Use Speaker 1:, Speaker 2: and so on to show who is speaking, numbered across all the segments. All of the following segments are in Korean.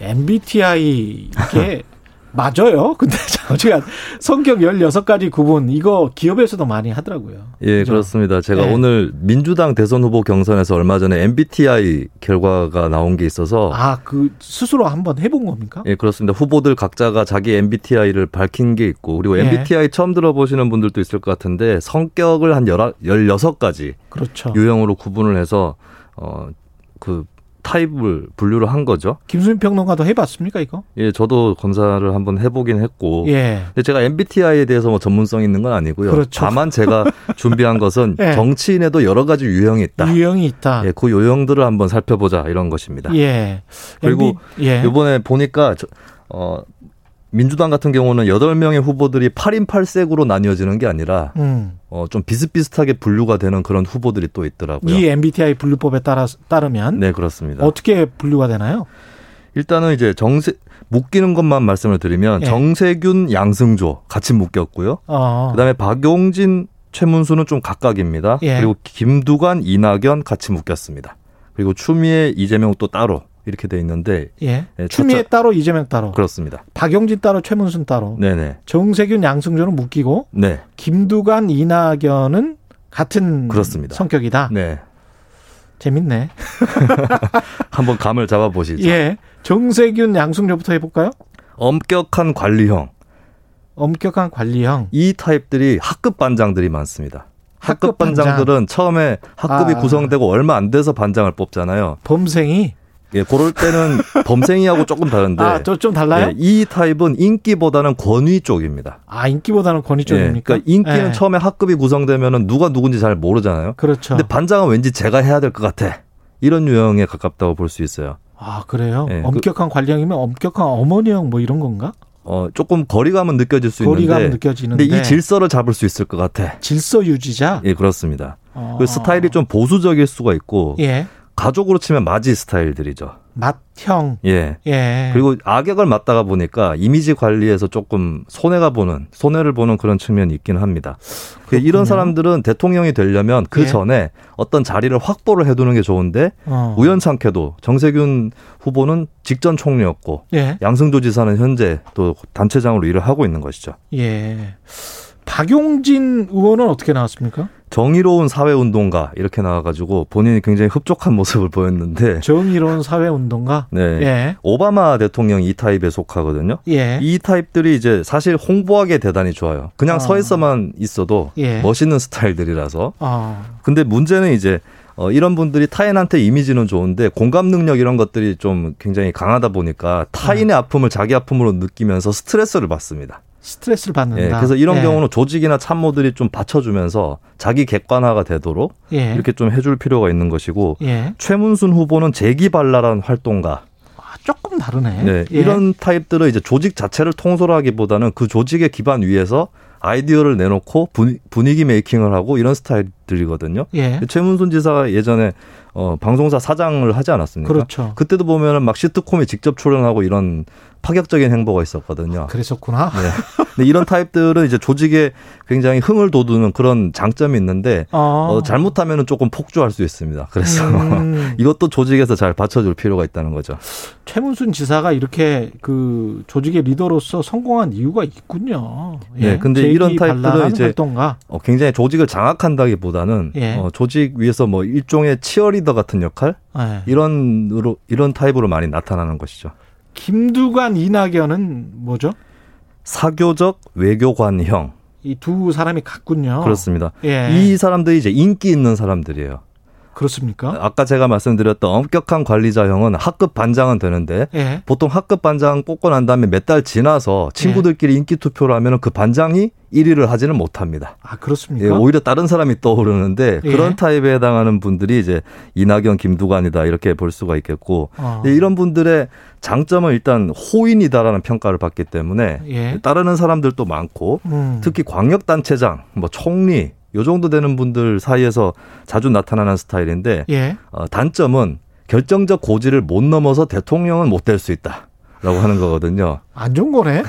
Speaker 1: MBTI 이게 맞아요? 근데 제가 성격 16가지 구분 이거 기업에서도 많이 하더라고요.
Speaker 2: 예,
Speaker 1: 그죠?
Speaker 2: 그렇습니다 제가
Speaker 1: 네.
Speaker 2: 오늘 민주당 대선 후보 경선에서 얼마 전에 MBTI 결과가 나온 게 있어서
Speaker 1: 아, 그 스스로 한번 해본 겁니까?
Speaker 2: 예, 그렇습니다. 후보들 각자가 자기 MBTI를 밝힌 게 있고 그리고
Speaker 1: 예.
Speaker 2: MBTI 처음 들어보시는 분들도 있을 것 같은데 성격을 한 16가지
Speaker 1: 그렇죠.
Speaker 2: 유형으로 구분을 해서 어 그 타입을 분류를 한 거죠.
Speaker 1: 김수민 평론가도 해 봤습니까, 이거?
Speaker 2: 예, 저도 검사를 한번 해 보긴 했고
Speaker 1: 예.
Speaker 2: 근데 제가 MBTI에 대해서 뭐 전문성 있는 건 아니고요.
Speaker 1: 그렇죠.
Speaker 2: 다만 제가 준비한 것은
Speaker 1: 예.
Speaker 2: 정치인에도 여러 가지 유형이 있다.
Speaker 1: 유형이 있다.
Speaker 2: 예, 그 요형들을 한번 살펴보자 이런 것입니다.
Speaker 1: 예.
Speaker 2: 그리고
Speaker 1: MB 예.
Speaker 2: 이번에 보니까 저- 어, 민주당 같은 경우는 8명의 후보들이 8인 8색으로 나뉘어지는 게 아니라
Speaker 1: 음.
Speaker 2: 어, 좀 비슷비슷하게 분류가 되는 그런 후보들이 또 있더라고요.
Speaker 1: 이 MBTI 분류법에 따라 따르면
Speaker 2: 네, 그렇습니다.
Speaker 1: 예. 어떻게 분류가 되나요?
Speaker 2: 일단은 이제 정세 묶이는 것만 말씀을 드리면
Speaker 1: 예.
Speaker 2: 정세균, 양승조 같이 묶였고요.
Speaker 1: 어.
Speaker 2: 그다음에 박용진, 최문수는 좀 각각입니다.
Speaker 1: 예.
Speaker 2: 그리고 김두관, 이낙연 같이 묶였습니다. 그리고 추미애, 이재명 또 따로 이렇게 돼 있는데
Speaker 1: 예.
Speaker 2: 예,
Speaker 1: 추미애
Speaker 2: 저쪽-
Speaker 1: 따로 이재명 따로.
Speaker 2: 그렇습니다.
Speaker 1: 박용진 따로 최문순 따로
Speaker 2: 네네.
Speaker 1: 정세균 양승조는 묶이고
Speaker 2: 네.
Speaker 1: 김두관 이낙연은 같은
Speaker 2: 그렇습니다.
Speaker 1: 성격이다.
Speaker 2: 네.
Speaker 1: 재밌네.
Speaker 2: 한번 감을 잡아보시죠.
Speaker 1: 예. 정세균 양승조부터 해볼까요?
Speaker 2: 엄격한 관리형.
Speaker 1: 엄격한 관리형.
Speaker 2: 이 타입들이 학급 반장들이 많습니다.
Speaker 1: 학급
Speaker 2: 학급 반장들은 처음에 학급이
Speaker 1: 아.
Speaker 2: 구성되고 얼마 안 돼서 반장을 뽑잖아요.
Speaker 1: 범생이
Speaker 2: 예, 그럴 때는 범생이하고 조금 다른데.
Speaker 1: 아, 저 좀 달라요?
Speaker 2: 예, 이 타입은 인기보다는 권위 쪽입니다.
Speaker 1: 아, 인기보다는 권위
Speaker 2: 예,
Speaker 1: 쪽입니까?
Speaker 2: 그러니까 인기는
Speaker 1: 예.
Speaker 2: 처음에 학급이 구성되면 누가 누군지 잘 모르잖아요.
Speaker 1: 그렇죠.
Speaker 2: 근데 반장은 왠지 제가 해야 될 것 같아. 이런 유형에 가깝다고 볼 수 있어요.
Speaker 1: 아, 그래요?
Speaker 2: 예, 그-
Speaker 1: 엄격한 관리형이면 엄격한 어머니형 뭐 이런 건가?
Speaker 2: 어, 조금 거리감은 느껴질 수
Speaker 1: 거리감
Speaker 2: 있는데.
Speaker 1: 느껴지는데.
Speaker 2: 근데 이 질서를 잡을 수 있을 것 같아.
Speaker 1: 질서 유지자.
Speaker 2: 예, 그렇습니다.
Speaker 1: 어.
Speaker 2: 그 스타일이 좀 보수적일 수가 있고
Speaker 1: 예.
Speaker 2: 가족으로 치면 마지 스타일들이죠.
Speaker 1: 맏형.
Speaker 2: 예.
Speaker 1: 예.
Speaker 2: 그리고 악역을 맡다가 보니까 이미지 관리에서 조금 손해가 보는 손해를 보는 그런 측면이 있긴 합니다. 그
Speaker 1: 그렇군요.
Speaker 2: 이런 사람들은 대통령이 되려면 그
Speaker 1: 예.
Speaker 2: 전에 어떤 자리를 확보를 해두는 게 좋은데
Speaker 1: 어.
Speaker 2: 우연찮게도 정세균 후보는 직전 총리였고
Speaker 1: 예.
Speaker 2: 양승조 지사는 현재 또 단체장으로 일을 하고 있는 것이죠.
Speaker 1: 예. 박용진 의원은 어떻게 나왔습니까?
Speaker 2: 정의로운 사회운동가 이렇게 나와가지고 본인이 굉장히 흡족한 모습을 보였는데
Speaker 1: 정의로운 사회운동가.
Speaker 2: 네.
Speaker 1: 예.
Speaker 2: 오바마 대통령 이 타입에 속하거든요.
Speaker 1: 예.
Speaker 2: 이 타입들이 이제 사실 홍보하기 대단히 좋아요. 그냥
Speaker 1: 아.
Speaker 2: 서 있어만 있어도
Speaker 1: 예.
Speaker 2: 멋있는 스타일들이라서.
Speaker 1: 아,
Speaker 2: 근데 문제는 이제 어, 이런 분들이 타인한테 이미지는 좋은데 공감 능력 이런 것들이 좀 굉장히 강하다 보니까
Speaker 1: 네.
Speaker 2: 타인의 아픔을 자기 아픔으로 느끼면서 스트레스를 받습니다.
Speaker 1: 스트레스를 받는다.
Speaker 2: 예, 그래서 이런
Speaker 1: 예.
Speaker 2: 경우는 조직이나 참모들이 좀 받쳐주면서 자기 객관화가 되도록
Speaker 1: 예.
Speaker 2: 이렇게 좀 해줄 필요가 있는 것이고
Speaker 1: 예.
Speaker 2: 최문순 후보는 재기발랄한 활동가
Speaker 1: 아, 조금 다르네.
Speaker 2: 네,
Speaker 1: 예.
Speaker 2: 이런 타입들은 이제 조직 자체를 통솔하기보다는 그 조직의 기반 위에서 아이디어를 내놓고 분, 분위기 메이킹을 하고 이런 스타일들이거든요.
Speaker 1: 예.
Speaker 2: 최문순 지사가 예전에 어, 방송사 사장을 하지 않았습니까?
Speaker 1: 그렇죠.
Speaker 2: 때도 보면은 막 시트콤에 직접 출연하고 이런 파격적인 행보가 있었거든요.
Speaker 1: 그랬었구나.
Speaker 2: 네. 근데 이런 타입들은 이제 조직에 굉장히 흥을 돋우는 그런 장점이 있는데
Speaker 1: 어.
Speaker 2: 어, 잘못하면은 조금 폭주할 수 있습니다. 그래서
Speaker 1: 음.
Speaker 2: 이것도 조직에서 잘 받쳐줄 필요가 있다는 거죠.
Speaker 1: 최문순 지사가 이렇게 그 조직의 리더로서 성공한 이유가 있군요. 예.
Speaker 2: 네, 근데 이런 타입들은
Speaker 1: 재기발랄한
Speaker 2: 이제
Speaker 1: 활동가.
Speaker 2: 어, 굉장히 조직을 장악한다기보다는
Speaker 1: 예.
Speaker 2: 어, 조직 위에서 뭐 일종의 치어리더 같은 역할
Speaker 1: 예.
Speaker 2: 이런으로 이런 타입으로 많이 나타나는 것이죠.
Speaker 1: 김두관 이낙연은 뭐죠?
Speaker 2: 사교적 외교관형
Speaker 1: 이 두 사람이 같군요.
Speaker 2: 그렇습니다.
Speaker 1: 예.
Speaker 2: 이 사람들이 이제 인기 있는 사람들이에요.
Speaker 1: 그렇습니까?
Speaker 2: 아까 제가 말씀드렸던 엄격한 관리자형은 학급 반장은 되는데
Speaker 1: 예.
Speaker 2: 보통 학급 반장 뽑고 난 다음에 몇 달 지나서
Speaker 1: 예.
Speaker 2: 친구들끼리 인기 투표를 하면 은그 반장이 1위를 하지는 못합니다.
Speaker 1: 아
Speaker 2: 예,
Speaker 1: 그렇습니까?
Speaker 2: 오히려 다른 사람이 떠오르는데
Speaker 1: 예.
Speaker 2: 그런 타입에 해당하는 분들이 이제 이낙연, 김두관이다 이렇게 볼 수가 있겠고
Speaker 1: 어.
Speaker 2: 예, 이런 분들의 장점은 일단 호인이다라는 평가를 받기 때문에
Speaker 1: 예.
Speaker 2: 따르는 사람들도 많고
Speaker 1: 음.
Speaker 2: 특히 광역단체장, 뭐 총리 요 정도 되는 분들 사이에서 자주 나타나는 스타일인데
Speaker 1: 예.
Speaker 2: 어, 단점은 결정적 고지를 못 넘어서 대통령은 못 될 수 있다라고 하는 거거든요.
Speaker 1: 안 좋은 거네.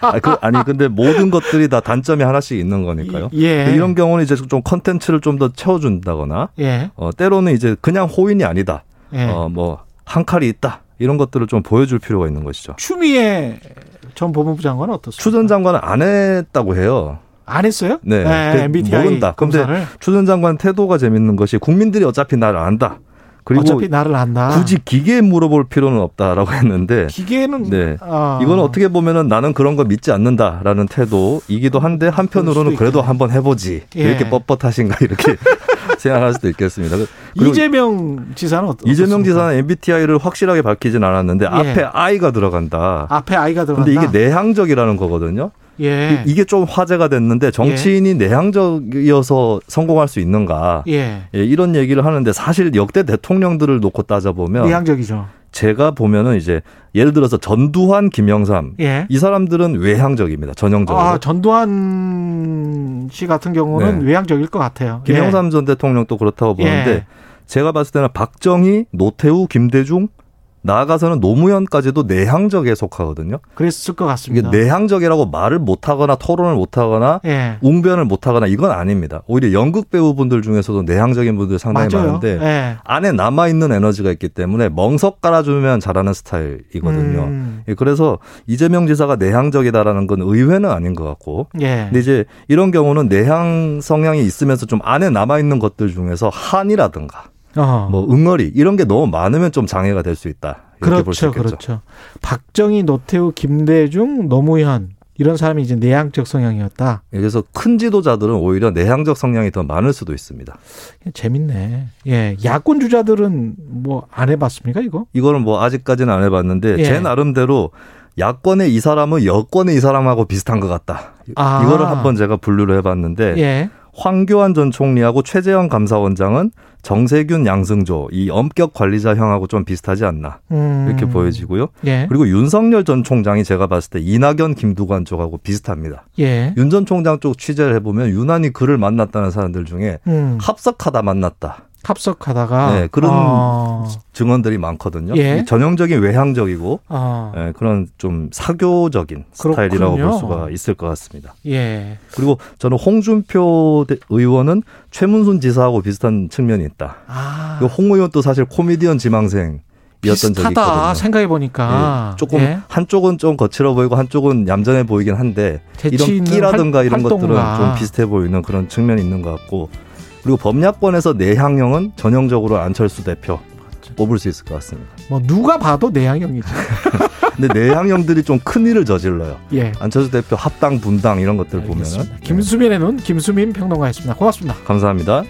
Speaker 2: 아, 그, 아니 근데 모든 것들이 다 단점이 하나씩 있는 거니까요.
Speaker 1: 예.
Speaker 2: 이런 경우는 이제 좀 컨텐츠를 좀 더 채워준다거나
Speaker 1: 예.
Speaker 2: 어, 때로는 이제 그냥 호인이 아니다.
Speaker 1: 예.
Speaker 2: 어, 뭐한 칼이 있다. 이런 것들을 좀 보여줄 필요가 있는 것이죠.
Speaker 1: 추미애 전 법무부 장관은 어떻습니까?
Speaker 2: 추 전 장관은 안 했다고 해요.
Speaker 1: 안 했어요? 예,
Speaker 2: 네. 그
Speaker 1: MBTI
Speaker 2: 모른다. 근데
Speaker 1: 검사를
Speaker 2: 추 전 장관 태도가 재밌는 것이 국민들이 어차피 나를 안다. 그리고
Speaker 1: 어차피 나를 안다.
Speaker 2: 굳이 기계에 물어볼 필요는 없다라고 했는데
Speaker 1: 기계는
Speaker 2: 네.
Speaker 1: 아.
Speaker 2: 이건 어떻게 보면은 나는 그런 거 믿지 않는다라는 태도이기도 한데 한편으로는
Speaker 1: 어, 그럴 수도
Speaker 2: 그래도 한번 해보지
Speaker 1: 예.
Speaker 2: 이렇게 뻣뻣하신가 이렇게 생각할 수도 있겠습니다. 그리고
Speaker 1: 이재명 지사는 어떻
Speaker 2: 이재명
Speaker 1: 어떻습니까?
Speaker 2: 지사는 MBTI를 확실하게 밝히진 않았는데 앞에 I가 들어간다.
Speaker 1: 앞에 아이가 들어간다.
Speaker 2: 근데 이게 내향적이라는 거거든요.
Speaker 1: 예.
Speaker 2: 이- 이게 좀 화제가 됐는데 정치인이 내향적이어서 성공할 수 있는가?
Speaker 1: 예.
Speaker 2: 예, 이런 얘기를 하는데 사실 역대 대통령들을 놓고 따져보면
Speaker 1: 내향적이죠.
Speaker 2: 제가 보면은 이제 예를 들어서 전두환, 김영삼
Speaker 1: 예.
Speaker 2: 이 사람들은 외향적입니다. 전형적으로.
Speaker 1: 아, 전두환 씨 같은 경우는
Speaker 2: 네.
Speaker 1: 외향적일 것 같아요. 예.
Speaker 2: 김영삼 전 대통령도 그렇다고 보는데
Speaker 1: 예.
Speaker 2: 제가 봤을 때는 박정희, 노태우, 김대중 나아가서는 노무현까지도 내향적에 속하거든요.
Speaker 1: 그랬을 것
Speaker 2: 이게
Speaker 1: 같습니다.
Speaker 2: 내향적이라고 말을 못하거나 토론을 못하거나
Speaker 1: 예.
Speaker 2: 웅변을 못하거나 이건 아닙니다. 오히려 연극 배우분들 중에서도 내향적인 분들 상당히
Speaker 1: 맞아요.
Speaker 2: 많은데
Speaker 1: 예.
Speaker 2: 안에 남아 있는 에너지가 있기 때문에 멍석 깔아주면 잘하는 스타일이거든요.
Speaker 1: 음.
Speaker 2: 예, 그래서 이재명 지사가 내향적이다라는 건 의외는 아닌 것 같고
Speaker 1: 예.
Speaker 2: 근데 이제 이런 경우는 내향 성향이 있으면서 좀 안에 남아 있는 것들 중에서 한이라든가
Speaker 1: 어.
Speaker 2: 뭐 응어리 이런 게 너무 많으면 좀 장애가 될 수 있다. 이렇게 볼 수
Speaker 1: 그렇죠,
Speaker 2: 있겠죠.
Speaker 1: 그렇죠. 박정희, 노태우, 김대중, 노무현 이런 사람이 이제 내향적 성향이었다.
Speaker 2: 예, 그래서 큰 지도자들은 오히려 내향적 성향이 더 많을 수도 있습니다.
Speaker 1: 재밌네. 예, 야권 주자들은 뭐 안 해봤습니까 이거?
Speaker 2: 이거는 뭐 아직까지는 안 해봤는데
Speaker 1: 예.
Speaker 2: 제 나름대로 야권의 이 사람은 여권의 이 사람하고 비슷한 것 같다.
Speaker 1: 아.
Speaker 2: 이거를 한번 제가 분류를 해봤는데
Speaker 1: 예,
Speaker 2: 황교안 전 총리하고 최재형 감사원장은 정세균, 양승조 이 엄격 관리자형하고 좀 비슷하지 않나
Speaker 1: 음.
Speaker 2: 이렇게 보여지고요.
Speaker 1: 예,
Speaker 2: 그리고 윤석열 전 총장이 제가 봤을 때 이낙연, 김두관 쪽하고 비슷합니다.
Speaker 1: 예,
Speaker 2: 윤 전 총장 쪽 취재를 해보면 유난히 그를 만났다는 사람들 중에
Speaker 1: 음.
Speaker 2: 합석하다 만났다
Speaker 1: 합석하다가
Speaker 2: 네, 그런-
Speaker 1: 어,
Speaker 2: 증언들이 많거든요.
Speaker 1: 예.
Speaker 2: 이 전형적인 외향적이고
Speaker 1: 어,
Speaker 2: 예, 그런 좀 사교적인 스타일이라고
Speaker 1: 그렇군요.
Speaker 2: 볼 수가 있을 것 같습니다.
Speaker 1: 예,
Speaker 2: 그리고 저는 홍준표 대- 의원은 최문순 지사하고 비슷한 측면이 있다.
Speaker 1: 아,
Speaker 2: 그홍 의원도 사실 코미디언 지망생이었던 적이
Speaker 1: 비슷하다
Speaker 2: 있거든요.
Speaker 1: 생각해 보니까
Speaker 2: 예, 조금 한쪽은 좀 거칠어 보이고 한쪽은 얌전해 보이긴 한데 이런 끼라든가 이런 것들은 좀 비슷해 보이는 그런 측면이 있는 것 같고 그리고 법약권에서 내향형은 전형적으로 안철수 대표 뽑을 수 있을 것 같습니다.
Speaker 1: 뭐 누가 봐도 내향형이죠.
Speaker 2: 근데 내향형들이 좀 큰 일을 저질러요.
Speaker 1: 예.
Speaker 2: 안철수 대표 합당 분당 이런 것들 보면은 네,
Speaker 1: 알겠습니다. 김수민의 눈 김수민 평론가였습니다. 고맙습니다.
Speaker 2: 감사합니다.